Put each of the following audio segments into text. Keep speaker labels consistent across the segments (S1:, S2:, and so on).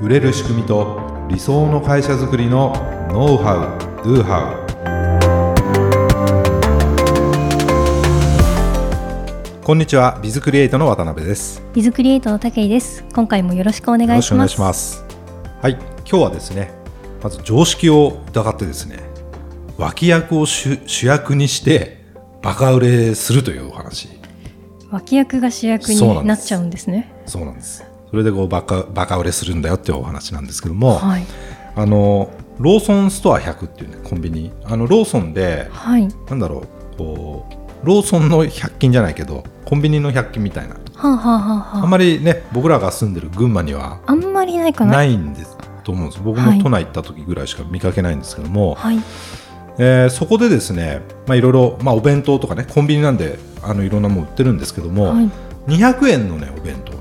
S1: 売れる仕組みと理想の会社づくりのノウハウ・ドゥハウこんにちはビズクリエイトの渡辺です
S2: ビズクリエイトの武井です。今回もよろしくお願いし
S1: よ
S2: ま
S1: ろ
S2: す。
S1: しくお願いしますはい今日はですねまず常識を疑ってですね脇役を主主役にしてバカ売れするというお話
S2: 脇役が主役
S1: そうなん
S2: に
S1: で
S2: な
S1: す
S2: っちゃうんですね。
S1: そうなんですそれでこうバカバカ売れするんだよっていうお話なんですけども、
S2: はい。
S1: あのローソンストア100っていうねコンビニあのローソンで
S2: はい。は
S1: なんだろうこうローソンの100均じゃないけどコンビニの100均みたいな
S2: あ、はあはあ
S1: あ
S2: は
S1: んまりね僕らが住んでる群馬には
S2: あ、あんまりないかな。
S1: ないんですと思うんです僕
S2: は
S1: も
S2: い
S1: 都内行った時ぐらいしか見かけないんですけども、
S2: はい。
S1: えーそこでですねまあいろいろまあお弁当とかねコンビニなんであのいろんなもの売ってるんですけども、
S2: はい。
S1: 200円のねお弁当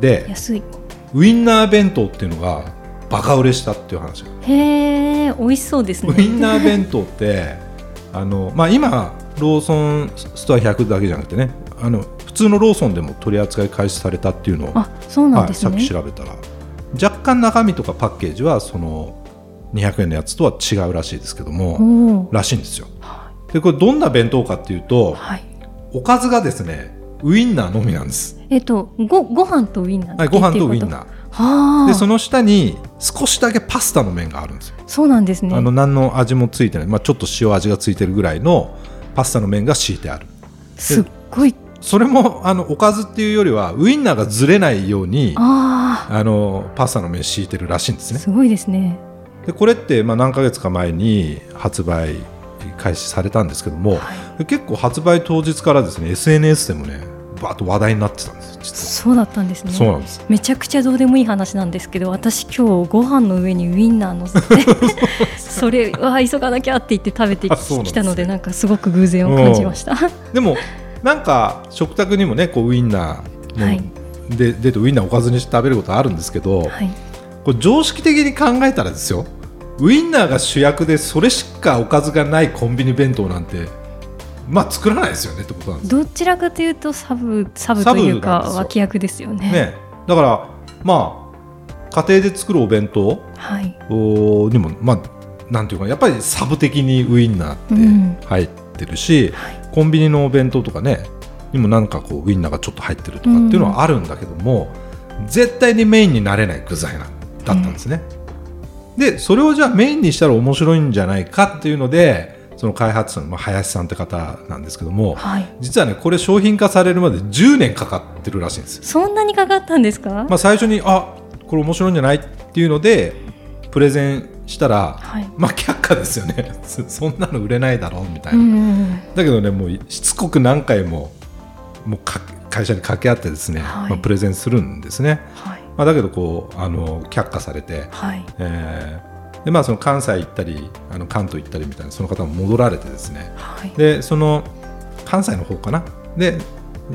S1: で
S2: 安い。
S1: ウインナー弁当っていうのがバカ売れしたっていう話が
S2: へえ、美味しそうですね。
S1: ウインナー弁当ってあの、まあ、今ローソンストア100だけじゃなくてねあの普通のローソンでも取り扱い開始されたっていうのを、
S2: あ、そうなん
S1: は
S2: で
S1: い、
S2: す
S1: さっき
S2: ね。
S1: 調べたら若干中身とかパッケージはその200円のやつとは違うらしいですけども
S2: おお。
S1: らしいんですよでこれどんな弁当かっていうと
S2: はい。
S1: おかずがですねウインナーのみなんです、
S2: えっと、ご、ご飯とウインナー。
S1: はい、ご飯とウイン
S2: ー。
S1: ナ
S2: は
S1: ー
S2: あ。
S1: でその下に少しだけパスタの麺があるんですよ
S2: そうなんですね。
S1: あの何の味もついてない、まあ、ちょっと塩味がついてるぐらいのパスタの麺が敷いてある
S2: すっごい。
S1: それもあのおかずっていうよりはウインナーがずれないようにあ
S2: あ
S1: のパスタの麺敷いてるらしいんです
S2: あ。
S1: ね
S2: すごいですね。
S1: でこれってまあ何ヶ月か前に発売開始されたんですけども
S2: は
S1: 結構発売当日からですね SNS でもねバーッと話題になってたんです
S2: い。
S1: 実
S2: そうだったんですね。
S1: はそうなんです
S2: めちゃくちゃどうでもいい話なんですけど私今日ご飯の上にウインナー乗 せてそれは急がなきゃって言って食べて
S1: あそうなんで
S2: き
S1: すね
S2: たのでなんかすごく偶然を感じました
S1: でもなんか食卓にもねこうウインナーの、
S2: はい
S1: で出てウインナーおかずにして食べることあるんですけど、
S2: はい
S1: これ常識的に考えたらですよウインナーが主役でそれしかおかずがないコンビニ弁当なんてまあ作らないですよねってことなんです
S2: どちらかというとサブサブという
S1: サブなん
S2: か
S1: ですよ
S2: 脇役ですよね
S1: ねねだからまあ家庭で作るお弁当
S2: はい
S1: おーにもまあなんていうかやっぱりサブ的にウインナ
S2: うん
S1: ーって入ってるし、
S2: はい
S1: コンビニのお弁当とかねにもなんかこうウインナーがちょっと入ってるとかっていうのはあるんだけども、絶対にメインになれない具材なんだったんですね、でそれをじゃあメインにしたら面白いんじゃないかっていうのでその開発者の、まあ、林さんって方なんですけども
S2: はい
S1: 実はねこれ商品化されるまで10年かかってるらしいんですよ、
S2: そんなにかかったんですか、
S1: まあ、最初にあこれ面白いんじゃないっていうのでプレゼンしたら、
S2: はい
S1: まあ却下ですよね そそんなの売れないだろうみたいな
S2: う、ん
S1: だけどねもうしつこく何回ももうか会社に掛け合ってですね、
S2: はい
S1: まあ、プレゼンするんですね、
S2: はい
S1: まあ、だけどこうあの却下されて、
S2: はい
S1: えーでまあ、その関西行ったりあの関東行ったりみたいなその方も戻られてですね
S2: はい
S1: でその関西の方かなで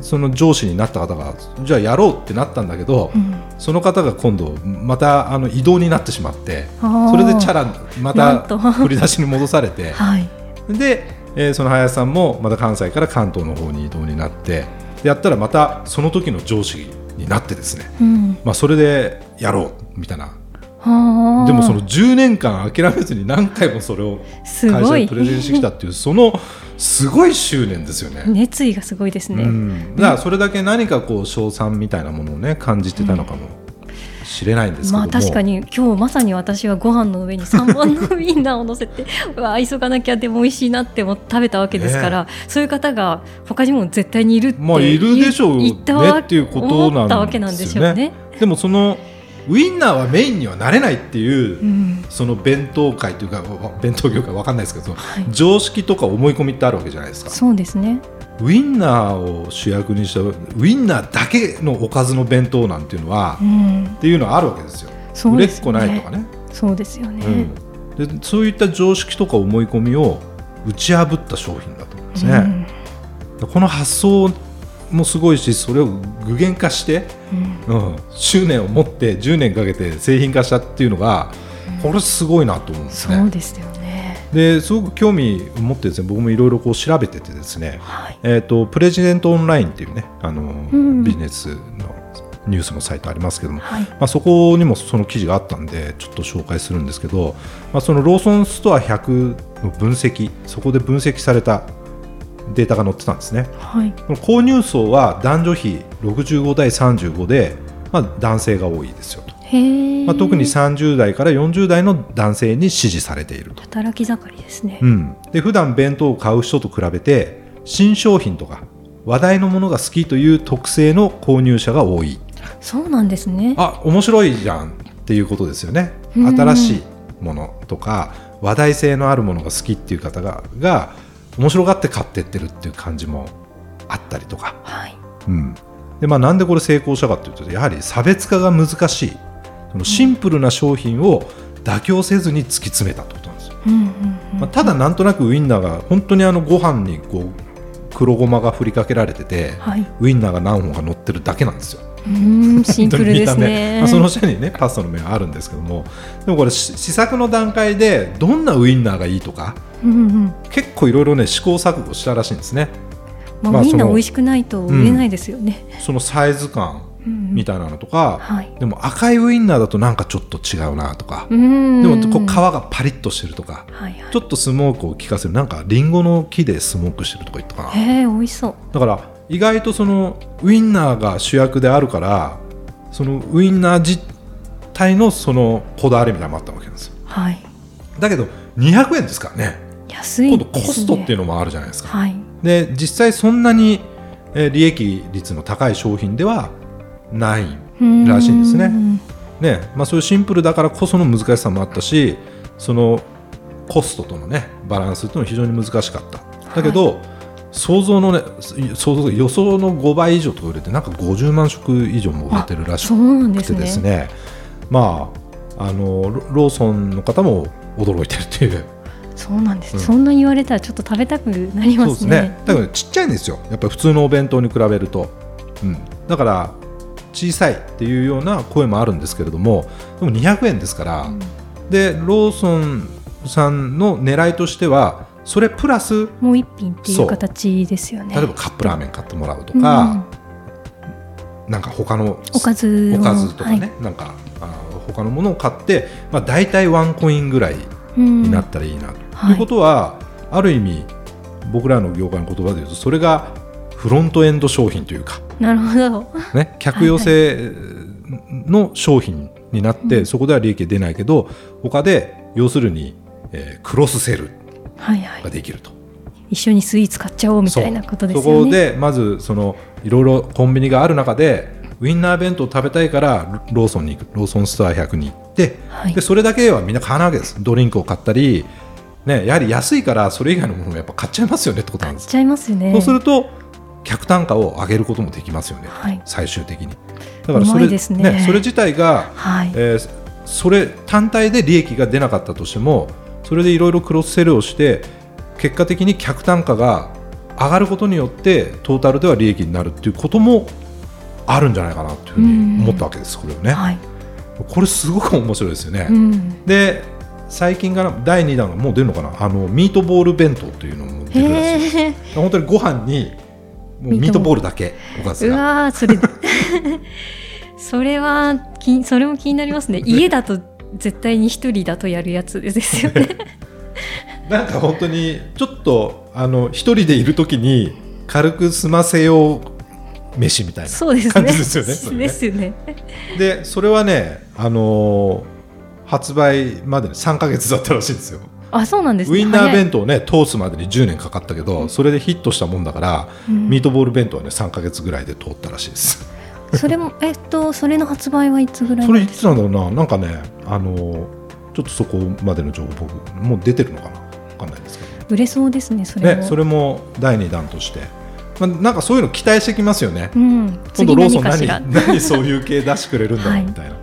S1: その上司になった方がじゃあやろうってなったんだけど、
S2: うん
S1: その方が今度またあの異動になってしまって
S2: あー
S1: それでチャラま
S2: なん
S1: た
S2: と
S1: 振り出しに戻され て
S2: はい
S1: で、えーその林さんもまた関西から関東の方に移動になってでやったらまたその時の上司になってですね、
S2: うん
S1: まあ、それでやろうみたいな
S2: はあ
S1: でもその10年間諦めずに何回もそれを
S2: す
S1: 会
S2: ご
S1: 社
S2: い
S1: にプレゼンしてきたっていうそのすごい執念ですよね。
S2: 熱意がすごいですね、
S1: うん、だからそれだけ何かこう賞賛みたいなものをね感じてたのかもしれないんですけども、
S2: まあ確かに今日まさに私はご飯の上に3本のウインナーを乗 せてうわ急がなきゃでも美味しいなっても食べたわけですから、そういう方が他にも絶対にいるって
S1: まあいるでしょうね
S2: 言ったわ
S1: っていうこと
S2: 思
S1: な
S2: ったわけ
S1: ん
S2: なん
S1: で
S2: ですし
S1: よ
S2: ょう
S1: ね
S2: ね。。
S1: でもそのウインナーはメインにはなれないっていう、
S2: うん
S1: その弁当界というかわ弁当業界わかんないですけど、
S2: はい
S1: 常識とか思い込みってあるわけじゃないですか
S2: そうですね。
S1: ウインナーを主役にしたウインナーだけのおかずの弁当なんていうのは、
S2: う
S1: っ
S2: ん、
S1: ていうのはあるわけですよ
S2: そう
S1: 売れ
S2: で
S1: っ
S2: す
S1: 子
S2: よ
S1: ないと
S2: ね
S1: か。ね
S2: そうですよね。
S1: うん、でそういった常識とか思い込みを打ち破った商品だと思うんですね、この発想もすごいしそれを具現化して
S2: うんうん
S1: うん、執念を持って10年かけて製品化したっていうのがこれすごいなと思うんです
S2: そう
S1: ね。
S2: ですよね。
S1: ですごく興味を持ってですね僕もいろいろこう調べててですね、
S2: はい。
S1: えー、とプレジデントオンラインっていうねあの、
S2: うん
S1: ビジネスのニュースのサイトありますけども、
S2: はい。
S1: まあ、そこにもその記事があったんでちょっと紹介するんですけど、まあ、そのローソンストア100の分析そこで分析されたデータが載ってたんですね
S2: はい。
S1: この購入層は男女比65対35で、まあ、男性が多いですよと、
S2: へえ。
S1: まあ、特に30代から40代の男性に支持されていると、
S2: 働き盛りですね
S1: う。ん、で普段弁当を買う人と比べて新商品とか話題のものが好きという特性の購入者が多い
S2: そうなんですね。
S1: あ面白いじゃんっていうことですよね
S2: うん
S1: 新しいものとか話題性のあるものが好きっていう方がが面白がって買ってってるっていう感じもあったりとか、
S2: はい。
S1: うんでまあ、なんでこれ成功したかというとやはり差別化が難しいそのシンプルな商品を妥協せずに突き詰めたってことなんですよ、
S2: うんうんうん。
S1: まあ、ただなんとなくウインナーが本当にあのご飯にこう黒ごまが振りかけられてて
S2: はい。
S1: ウインナーが何本か乗ってるだけなんですよ
S2: うーん、シンプルで
S1: 見た
S2: すね。
S1: 目まあ、その下にねパスタの麺あるんですけどもでもこれし試作の段階でどんなウインナーがいいとか
S2: うんうん。
S1: 結構いろいろね試行錯誤したらしいんですね
S2: まあ、
S1: まあ
S2: みん
S1: そ
S2: な
S1: の
S2: 美味しくないと売れないですよね。
S1: そのサイズ感
S2: うん
S1: みたいなのとか、
S2: はい。
S1: でも赤いウインナーだとなんかちょっと違うなとか、
S2: うーん。
S1: でもこう皮がパリッとしてるとか
S2: はいはい
S1: ちょっとスモークを効かせるなんかリンゴの木でスモークしてるとか言ったかな
S2: へえ、美味しそう。
S1: だから意外とそのウインナーが主役であるからそのウインナー自体のそのこだわりみたいなのもあったわけなんですよ
S2: はい。
S1: だけど200円ですからね
S2: 安い
S1: 今
S2: で
S1: 度
S2: すね。
S1: コストっていうのもあるじゃないですか
S2: はい。
S1: で実際そんなにえー利益率の高い商品ではない、らしいんですね
S2: うーん
S1: ねまあ、そういうシンプルだからこその難しさもあったしそのコストとのねバランスっていうのは非常に難しかっただけど、想像のね想像予想の5倍以上とか売れてなんか50万食以上も売れてるらしく
S2: そうなんで
S1: くて
S2: すね。
S1: ですねまああのロローソンの方も驚いてるっていう
S2: そうなんです、
S1: うん
S2: そんな言われたらちょっと食べたくなりますね。
S1: だからちっちゃいんですよやっぱり普通のお弁当に比べると、うん、だから小さいっていうような声もあるんですけれどもでも200円ですから、
S2: うん
S1: でローソンさんの狙いとしてはそれプラス
S2: もう一品ってい
S1: そうう
S2: 形ですよね。
S1: 例えばカップラーメン買ってもらうとか、なんか他の
S2: うんおかずを
S1: おかずとか
S2: は
S1: ね、なんかあ他のものを買って、まあ、大体ワンコインぐらい
S2: いうん
S1: になったらいいなと。
S2: はい
S1: ということは、ある意味、僕らの業界の言葉で言うと、それがフロントエンド商品というか、
S2: なるほど。
S1: ね、客寄せの商品になって、
S2: うん
S1: そこでは利益出ないけど、他で要するに、えークロスセル
S2: はいはい
S1: が。できると。
S2: 一緒にスイーツ買っちゃおうみたいなことですよね。
S1: そこでまずそのいろいろコンビニがある中でウインナー弁当を食べたいからロローソンに行くローソンストア100に行って、
S2: はい
S1: でそれだけではみんな買わないわけですドリンクを買ったり、ね、やはり安いからそれ以外のものもやっぱ買っちゃいますよねってことなんです
S2: ちゃいますよね。
S1: そうすると客単価を上げることもできますよね、
S2: はい
S1: 最終的にだからそう
S2: ま
S1: れ
S2: いですね
S1: それ自体が、
S2: はい。
S1: えーそれ単体で利益が出なかったとしてもそれでいろいろクロスセルをして結果的に客単価が上がることによってトータルでは利益になるっていうこともあるんじゃないかなというふうに思ったわけです、これをね、
S2: はい。
S1: これすごく面白いですよね、
S2: うん。
S1: で最近から第2弾がもう出るのかなあのミートボール弁当っていうのも出てるらしいです
S2: へえ。
S1: 本当にご飯にもうミートボールだけおかず
S2: う
S1: が
S2: わーそれ それはきそれも気になりますね。家だと絶対に一人だとやるやつですよね。
S1: なんか本当にちょっとあの一人でいるときに軽く済ませよう飯みたいな
S2: そうですね。
S1: 感じですよねそれね
S2: ですよね。
S1: でそれはね、あのー発売までに3か月だったらしいんですよ
S2: あそうなんですね。
S1: ウインナー
S2: 早い
S1: 弁当をね通すまでに10年かかったけどそれでヒットしたもんだから、
S2: うん
S1: ミートボール弁当はね3か月ぐらいで通ったらしいです
S2: それもえっとそれの発売はいつぐらい
S1: そ
S2: な
S1: れい
S2: んです
S1: つなんだろうななんかね、あのーちょっとそこまでの情報僕もう出てるのかな分かんないですけど
S2: 売れそうですねそれも。
S1: ね、それも第2弾として、まあ、なんかそういうの期待してきますよね、
S2: うん。
S1: 今度ローソン何
S2: 次かしら
S1: 何そういう系出してくれるんだ
S2: は
S1: ろ
S2: いう
S1: みたいな、い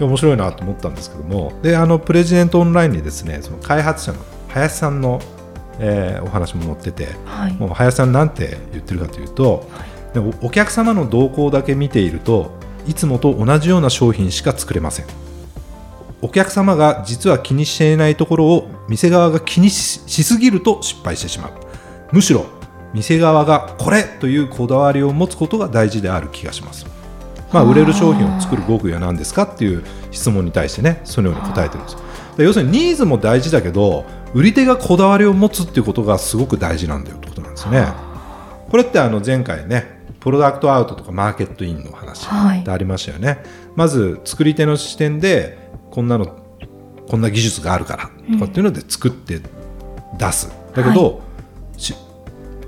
S1: や面白いなと思ったんですけどもであのプレジデントオンラインにですねその開発者の林さんの、えーお話も載ってて
S2: はい。
S1: もう林さんなんて言ってるかというと、でおお客様の動向だけ見ているといつもと同じような商品しか作れませんお客様が実は気にしていないところを店側が気にししすぎると失敗してしまうむしろ店側がこれというこだわりを持つことが大事である気がしますまあ、売れる商品を作る極意は何ですかっていう質問に対してねそのように答えてるんですで要するにニーズも大事だけど売り手がこだわりを持つっていうことがすごく大事なんだよってことなんですねこれってあの前回ねプロダクトアウトとかマーケットインの話
S2: はい
S1: ってありましたよね、まず作り手の視点でこんなのこんな技術があるからとかっていうので作って出す、だけど、し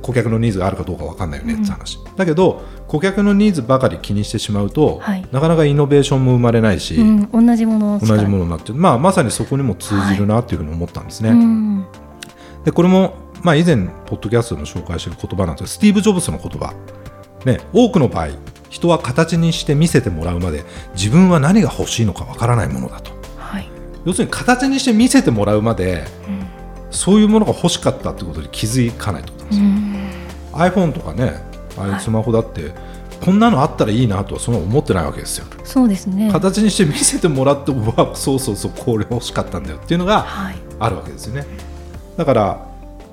S1: 顧客のニーズがあるかどうか分かんないよねって話、だけど顧客のニーズばかり気にしてしまうと、
S2: はい
S1: なかなかイノベーションも生まれないし、
S2: うん、同じものを使う
S1: 同じものになって、まあ、まさにそこにも通じるなっていうふうに思ったんですね。
S2: うん
S1: でこれも、まあ、以前ポッドキャストでも紹介している言葉なんですがスティーブ・ジョブズの言葉、ね、多くの場合人は形にして見せてもらうまで自分は何が欲しいのかわからないものだと
S2: はい
S1: 要するに形にして見せてもらうまで
S2: うん
S1: そういうものが欲しかったってことに気づかないってことなんです
S2: う
S1: よ、
S2: ん
S1: iPhone とかねああいうスマホだって、こんなのあったらいいなとはそんな思ってないわけですよ
S2: そうですね
S1: 形にして見せてもらってうわそうそうそうこれ欲しかったんだよっていうのが
S2: はい
S1: あるわけですよねだから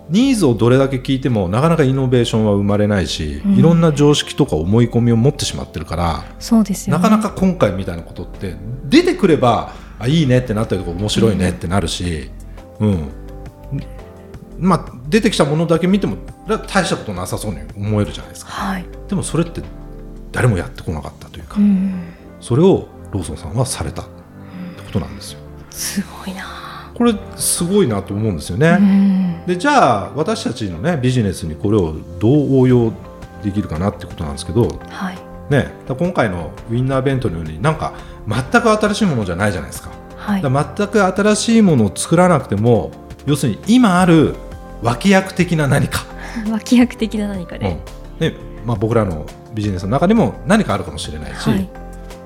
S1: ニーズをどれだけ聞いてもなかなかイノベーションは生まれないし、
S2: うん
S1: いろんな常識とか思い込みを持ってしまってるから、
S2: そうですよ
S1: な
S2: ね
S1: かなか今回みたいなことって出てくればあいいねってなったりとか面白いねってなるし、うんまあ、出てきたものだけ見てもだ大したことなさそうに思えるじゃないですか
S2: はい
S1: でもそれって誰もやってこなかったというか、
S2: うん
S1: それをローソンさんはされたってことなんですよ。
S2: すごいな
S1: これすごいなと思うんですよね。
S2: うん
S1: でじゃあ私たちの、ね、ビジネスにこれをどう応用できるかなってことなんですけど、ね、
S2: はい
S1: だから今回のウィンナーベントのようになんか全く新しいものじゃないじゃないですか
S2: はい
S1: だから全く新しいものを作らなくても要するに今ある脇役的な何か、
S2: 脇役的な何か
S1: うん
S2: で、
S1: ねまあ、僕らのビジネスの中にも何かあるかもしれないし、
S2: はい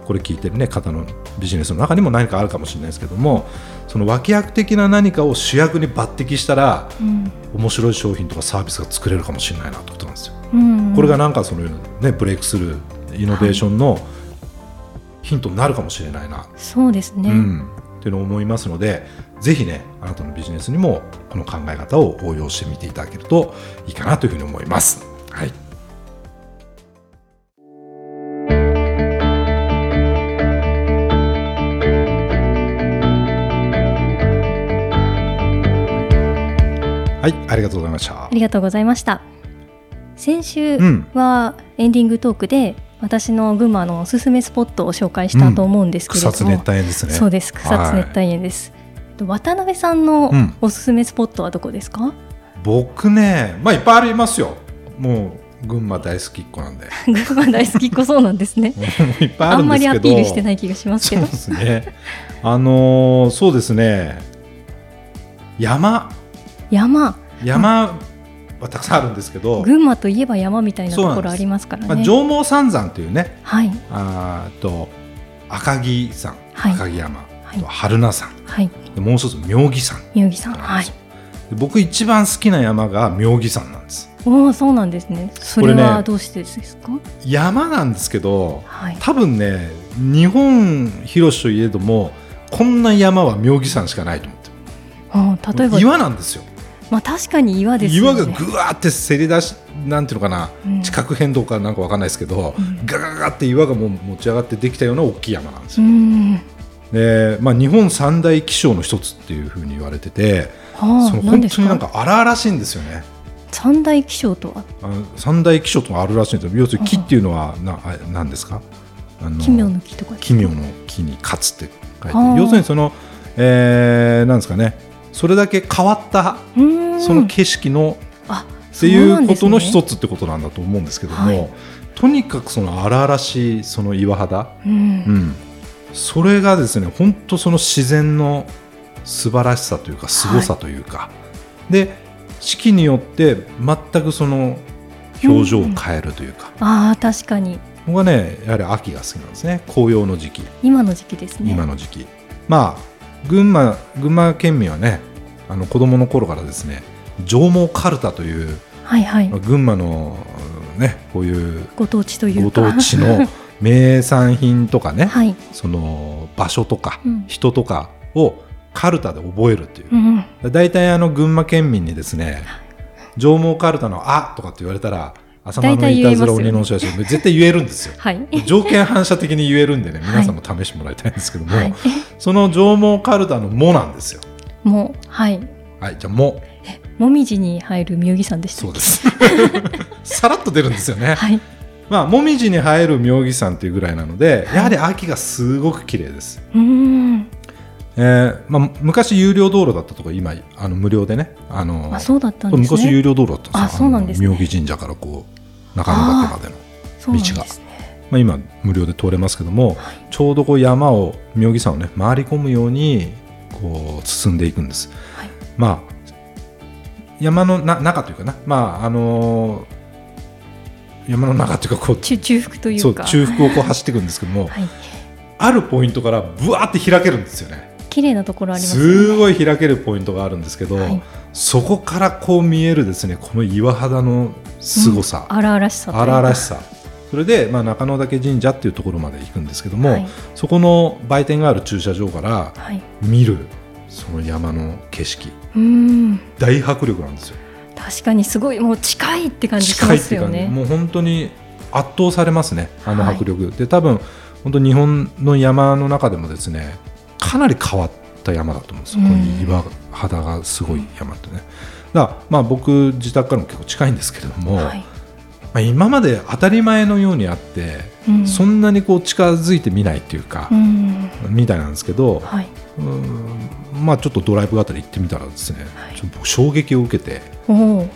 S1: これ聞いてる、ね、方のビジネスの中にも何かあるかもしれないですけどもその脇役的な何かを主役に抜擢したら
S2: うん
S1: 面白い商品とかサービスが作れるかもしれないなってことなんですよ。
S2: うん
S1: これがなんかその、ね、ブレイクスルーイノベーションのヒントになるかもしれないな、
S2: そうですね、
S1: うん、っていうのを思いますのでぜひねあなたのビジネスにもこの考え方を応用してみていただけるといいかなというふうに思います。はいはい、ありがとうございました
S2: あ。りがとうございました先週
S1: うん
S2: はエンディングトークで私の群馬のおすすめスポットを紹介したと思うんですけれど
S1: 草
S2: も、
S1: 津熱帯園ですね。
S2: そうです草津
S1: はい
S2: 熱帯園です、と渡辺さんの
S1: うん
S2: おすすめスポットはどこですか、
S1: 僕ね、まあいっぱいありますよ。もう群馬大好きっ子なんで、
S2: 群馬大好きっ子そうなんですね
S1: もういっぱ いあ
S2: あ
S1: る
S2: ん
S1: ん
S2: ま
S1: ですけど。
S2: りアピールして
S1: い
S2: ない気がしますけ
S1: そう
S2: ど
S1: ですね。あのーそうですね。山
S2: 山
S1: 山はたくさんあるんですけど、
S2: 群馬といえば山みたいなと
S1: そ
S2: こ
S1: うなん
S2: ろあ
S1: です
S2: りますから
S1: まあ、
S2: ね、
S1: 上毛三山というね、
S2: はい
S1: あーえっと赤城山、
S2: はい
S1: 赤城山、
S2: はい
S1: あと春名山、
S2: はい
S1: でもう一つ妙義山
S2: 宮城さん
S1: なん
S2: は
S1: で
S2: い
S1: すよ。で僕一番好きな山が妙義山なんです。
S2: おおそうなんですねそ
S1: こ
S2: れ
S1: れ
S2: は
S1: ね
S2: どうしてですか、
S1: 山なんですけど
S2: はい
S1: 多分ね日本広しといえどもこんな山は妙義山しかないと思って
S2: あー例えば
S1: る岩なんですよ
S2: まあ確かに岩ですよ
S1: 岩
S2: ね
S1: がぐわーってせり出しなんていうのかな、
S2: うん
S1: 地殻変動かなんかわかんないですけど、ガガガガって岩がもう持ち上がってできたような大きい山なんです
S2: う
S1: よ、
S2: ん
S1: でまあ、日本三大気象の一つっていうふうに言われてて
S2: はあ
S1: その
S2: 何
S1: 本
S2: で
S1: 当
S2: す
S1: になん
S2: か
S1: か荒々しいんですよね
S2: 三大気象とは
S1: あの三大気象とかあるらしいんですよ要するに木っていうのはなあ何ですかあの
S2: 奇妙の木とかです
S1: 奇妙の木に勝つって書いて
S2: あー
S1: 要するにその、えーなんですかねそれだけ変わった
S2: うーん
S1: その景色の、
S2: あ
S1: っていうことの
S2: そう
S1: 一つってことなんだと思うんですけども、
S2: はい
S1: とにかくその荒々しいその岩肌、
S2: なんです
S1: う
S2: ね
S1: ん、それがですね本当その自然の素晴らしさというかすごさというか、で四季によって全くその表情を変えるというか、
S2: うんあー確かに
S1: 僕はねやはり秋が好きなんですね紅葉の時期。
S2: 今の時期ですね
S1: 今の時期、まあ群馬群馬県民はねあの子供の頃からですね上毛かるたという
S2: はいはい
S1: まあ群馬のうんねこういう
S2: ご当地とい
S1: ご
S2: うか
S1: 当地の名産品とかね、
S2: はい
S1: その場所とか
S2: うん
S1: 人とかをかるたで覚えるっていう
S2: う、ん
S1: だい大体あの群馬県民にですね上毛かるたの「あ」とかって言われたら浅間の
S2: 大体
S1: い
S2: 言
S1: た
S2: えます
S1: ずら
S2: よね。
S1: 鬼のお知らせ絶対言えるんですよ
S2: はい。
S1: 条件反射的に言えるんでね皆さんも試してもらいたいんですけども、
S2: はい。
S1: その上毛カルタの「も」なんですよ。
S2: もう、はい。
S1: はいじゃあ「も
S2: もみじに入るみぎさんで」した
S1: そ
S2: っ
S1: う
S2: け。
S1: です。さらっと出るんですよね。
S2: はい。
S1: まあもみじに生える妙義山っていうぐらいなのでやはり秋がすごく綺麗です。
S2: うーん。
S1: えーまあ、昔有料道路だったとこ今あの無料でねあの
S2: あ、そうだったんですね。
S1: 昔有料道路だったんです
S2: あそうなんですね
S1: あの妙義神社からこう中野岳までの。
S2: そうなんですね。
S1: まあ、今無料で通れますけども、ちょうどこう山を妙義山をね回り込むようにこう進んでいくんです、
S2: はい
S1: まあ山のな中というかなまああのー山の中というかこう
S2: 中中腹とい
S1: そうう
S2: か。
S1: 中腹をこう走っていくんですけども、
S2: はい。
S1: あるポイントからぶわーって開けるんですよね
S2: 綺麗なところありますすね。
S1: ごい開けるポイントがあるんですけど、
S2: はい
S1: そこからこう見えるですねこの岩肌の凄さ、
S2: 荒々しさというか。
S1: 荒々しさそれで、まあ、中野岳神社っていうところまで行くんですけども、
S2: はい
S1: そこの売店がある駐車場から
S2: はい。
S1: 見るその山の景色
S2: うーん。
S1: 大迫力なんですよ
S2: 確かにすごいもう近いって感じし
S1: 近
S2: ま
S1: いって
S2: す
S1: いう
S2: よ
S1: か、ね、
S2: ね。
S1: もう本当に圧倒されますねあの
S2: はい
S1: 迫力、で多分本当日本の山の中でもですねかなり変わった山だと思うんですよ、
S2: うん
S1: こういう岩肌がすごい山ってねだからまあ僕自宅からも結構近いんですけれども、
S2: はい。
S1: まあ、今まで当たり前のようにあって
S2: うん
S1: そんなにこう近づいてみないっていうか
S2: う、ん。
S1: みたいなんですけど、
S2: はい。
S1: うーんまあ、ちょっとドライブあたり行ってみたらですね、
S2: はい
S1: ちょっと僕衝撃を受けて
S2: おお。
S1: も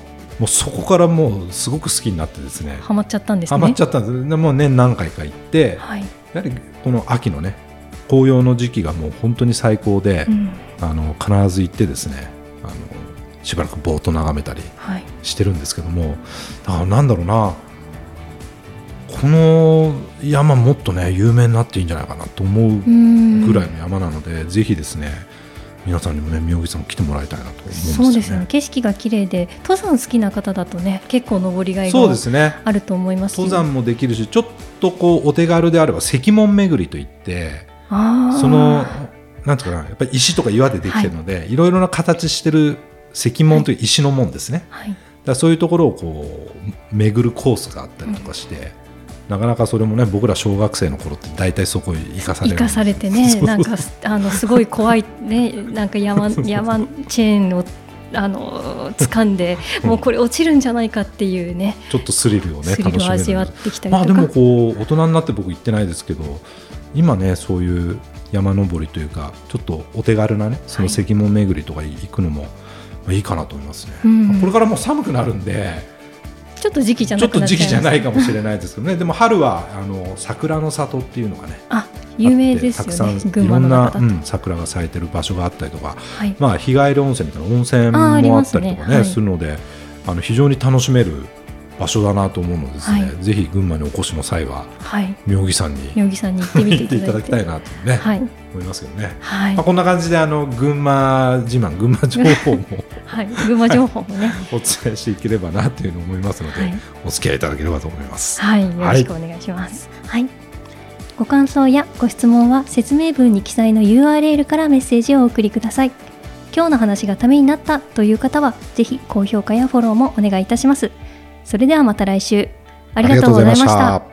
S1: うそこからもうすごく好きになってですね
S2: ハマっちゃったんです
S1: ハ
S2: ね。
S1: マっちゃったんですでもう年何回か行ってや
S2: はい。
S1: はりこの秋のね紅葉の時期がもう本当に最高で、
S2: うん。
S1: あの必ず行ってですねあのしばらくぼーっと眺めたり
S2: はい。
S1: してるんですけどもだからなんだろうなこの山もっとね有名になっていいんじゃないかなと思う
S2: うーん。
S1: ぐらいの山なので、ぜひですね皆さんにもね妙義山来てもらいたいなと思うんですよ
S2: そ
S1: ね。
S2: うですね。景色が綺麗で、登山好きな方だとね、結構登りがいが
S1: そうですね
S2: あると思いますよ。
S1: 登山もできるしちょっとこうお手軽であれば石門巡りといって
S2: ああ。
S1: そのなんていうかなやっぱり石とか岩でできてるので、い、ろいろな形してる石門という石の門ですね、
S2: はい。
S1: だからそういうところをこう巡るコースがあったりとかして、なかなかそれもね僕ら小学生の頃って大体そこに生かされ
S2: 生
S1: る
S2: かされて
S1: そ
S2: ね、
S1: うそう
S2: なんかあのすごい怖いね、なんか山山チェーンをあの掴んで、もうこれ落ちるんじゃないかっていうね、
S1: ちょっとスリルをね
S2: スリル
S1: 楽し
S2: を
S1: め
S2: 味
S1: る
S2: わってきたり
S1: まあ
S2: と
S1: で
S2: か。
S1: もこう大人になって僕行ってないですけど今ねそういう山登りというかちょっとお手軽なねその石門巡りとか行くのも、まあいいかなと思いますね、
S2: うん
S1: これからもう寒くなるんで
S2: ちょっと時期じゃ
S1: ちょ
S2: な
S1: っ
S2: く
S1: と
S2: なっちゃ
S1: 時
S2: い
S1: 期じ
S2: ます
S1: ゃないかもしれないですけどねでも春はあの桜の里っていうのがね
S2: あ、有名です
S1: あって
S2: よ
S1: た
S2: ね
S1: くさ。ん
S2: 群馬の
S1: い
S2: 中だと。
S1: ろんな、うん、桜が咲いてる場所があったりとか、
S2: はい。
S1: まあ、日帰り温泉みたいな温泉
S2: あーあり
S1: もあ
S2: ま
S1: っ
S2: す
S1: た
S2: ね
S1: りとかね
S2: はい
S1: するのであの非常に楽しめる場所だなと思うのでですね、
S2: は
S1: ぜひ群馬にお越しの際は
S2: はい。
S1: 妙義山に
S2: 妙義さんに行ってみて
S1: 行
S2: い
S1: ってい
S2: た
S1: た
S2: だ
S1: だ
S2: い
S1: き
S2: て。
S1: たいなと、ね
S2: はい。
S1: 思いますけどね、
S2: はい
S1: まあ、。こんな感じであの群馬自 慢群馬情報も
S2: はい。群馬情報もね。
S1: お伝えしていければなというのを思いますので、
S2: はい
S1: お付き合いいただければと思います。
S2: はい、よろしくお願いします。はい。ご感想やご質問は説明文に記載の URL からメッセージをお送りください。今日の話がためになったという方は、ぜひ高評価やフォローもお願いいたします。それではまた来週。ありがとうございました。
S1: た